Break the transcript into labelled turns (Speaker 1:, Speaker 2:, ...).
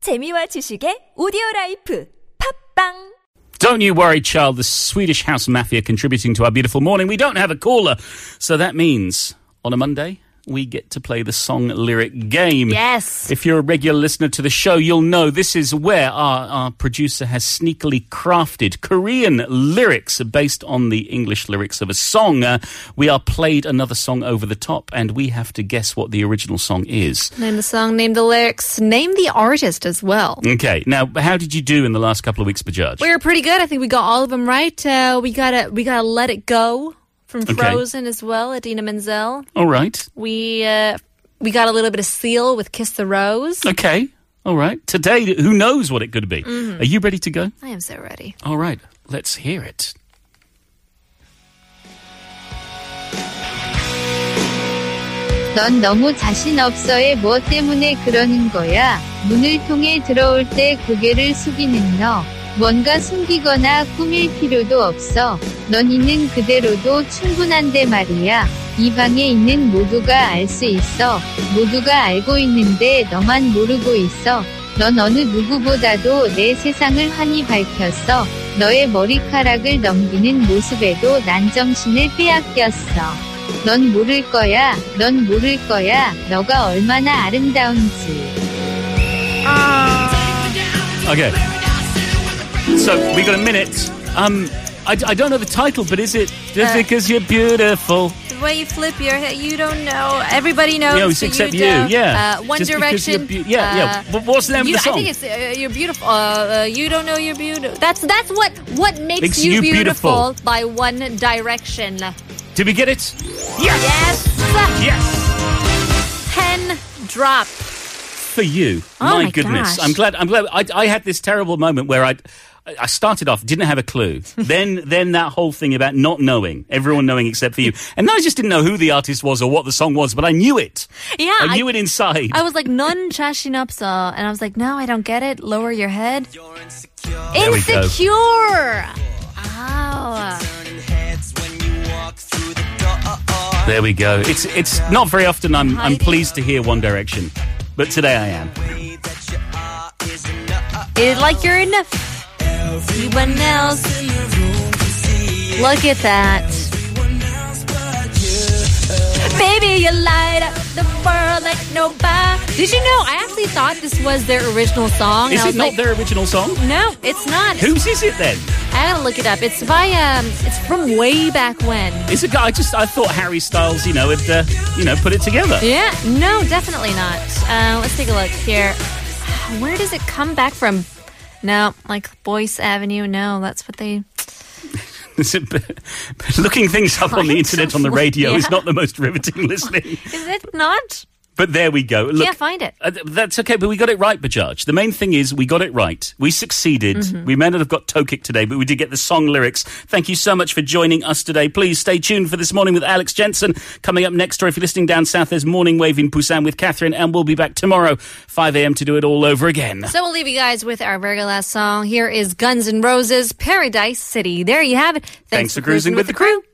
Speaker 1: 재미와 지식의 오디오 라이프 팝빵
Speaker 2: Don't you worry, child. The Swedish House Mafia contributing to our beautiful morning. We don't have a caller. So that means on a Monday, we get to play the song lyric game.
Speaker 3: Yes.
Speaker 2: If you're a regular listener to the show, you'll know this is where our, our producer has sneakily crafted Korean lyrics based on the English lyrics of a song. Uh, we are played another song over the top, and we have to guess what the original song is.
Speaker 3: Name the song, name the lyrics, name the artist as well.
Speaker 2: Okay. Now, how did you do in the last couple of weeks, Bajaj?
Speaker 3: We were pretty good. I think we got all of them right. Uh, we gotta we gotta let it go from Frozen as well. Adina Menzel.
Speaker 2: All right.
Speaker 3: We uh, we got a little bit of Seal with Kiss the Rose.
Speaker 2: Okay. All right. Today, who knows what it could be?
Speaker 3: Mm-hmm.
Speaker 2: Are you ready to go?
Speaker 3: I am so ready.
Speaker 2: All right. Let's hear it.
Speaker 4: 넌 너무 자신 없어해 뭐 때문에 그러는 거야? 문을 통해 들어올 때 고개를 숙이는 너. 뭔가 숨기거나 꾸밀 필요도 없어. 넌 있는 그대로도 충분한데 말이야. 이 방에 있는 모두가 알 수 있어. 모두가 알고 있는데 너만 모르고 있어. 넌 어느 누구보다도 내 세상을 환히 밝혔어. 너의 머리카락을 넘기는 모습에도 난 정신을 빼앗겼어. 넌 모를 거야, 넌 모를 거야, 너가 얼마나 아름다운지.
Speaker 2: Okay. So we got a minute. Um, I, I don't know the title, but is it just
Speaker 3: Uh,
Speaker 2: because you're beautiful?
Speaker 3: The way you flip your head, you don't know. Everybody knows.
Speaker 2: No, except you. Yeah.
Speaker 3: Uh, One
Speaker 2: Just because you're
Speaker 3: Direction. uh,
Speaker 2: beau- yeah, yeah. But what's the name of
Speaker 3: you-
Speaker 2: the
Speaker 3: I
Speaker 2: song?
Speaker 3: think it's uh, "You're Beautiful." Uh, uh, you don't know you're beautiful. That's that's what what makes,
Speaker 2: Makes you
Speaker 3: you, beautiful, by One Direction.
Speaker 2: Did we get it?
Speaker 3: Yes.
Speaker 2: Yes.
Speaker 3: Pen drop.
Speaker 2: For you.
Speaker 3: Oh my
Speaker 2: goodness.
Speaker 3: gosh.
Speaker 2: I'm glad. I'm glad. I, I had this terrible moment where I. I started off, didn't have a clue. then, then that whole thing about not knowing, everyone knowing except for you, and then I just didn't know who the artist was or what the song was, but I knew it.
Speaker 3: Yeah.
Speaker 2: I knew it inside.
Speaker 3: I was like, none chashin up, so. And I was like, no, I don't get it. Lower your head.
Speaker 2: we go.
Speaker 3: Insecure. Ow.
Speaker 2: There we go. It's it's not very often I'm I'm pleased to hear One Direction, but today I am.
Speaker 3: It's like you're enough. Everyone else. Look at that. Baby, you light up the world like nobody. Did you know? I actually thought this was their original song. and
Speaker 2: Is
Speaker 3: I
Speaker 2: it
Speaker 3: was
Speaker 2: not
Speaker 3: like,
Speaker 2: their original song?
Speaker 3: No, it's not.
Speaker 2: Whose is it then?
Speaker 3: I gotta look it up. It's by um, it's from way back when.
Speaker 2: It's a guy. I just I thought Harry Styles, you know, had uh, you know put it together.
Speaker 3: Yeah, no, definitely not. Uh, let's take a look here. Where does it come back from? No, like Boyce Avenue. No, that's what they.
Speaker 2: But Looking things up on the
Speaker 3: Right.
Speaker 2: internet on the radio
Speaker 3: Yeah.
Speaker 2: is not the most riveting listening.
Speaker 3: Is it not?
Speaker 2: But there we go. Look,
Speaker 3: Can't find it.
Speaker 2: Uh, th- that's okay, but we got it right, Bajaj. The main thing is we got it right. We succeeded. We may not have got Tokik today, but we did get the song lyrics. Thank you so much for joining us today. Please stay tuned for this morning with Alex Jensen. Coming up next, or if you're listening down south, there's Morning Wave in Busan with Catherine, and we'll be back tomorrow, 5 a.m. to do it all over again.
Speaker 3: So we'll leave you guys with our very last song. Here is Guns N' Roses, Paradise City. There you have it. Thanks,
Speaker 2: for cruising with the crew.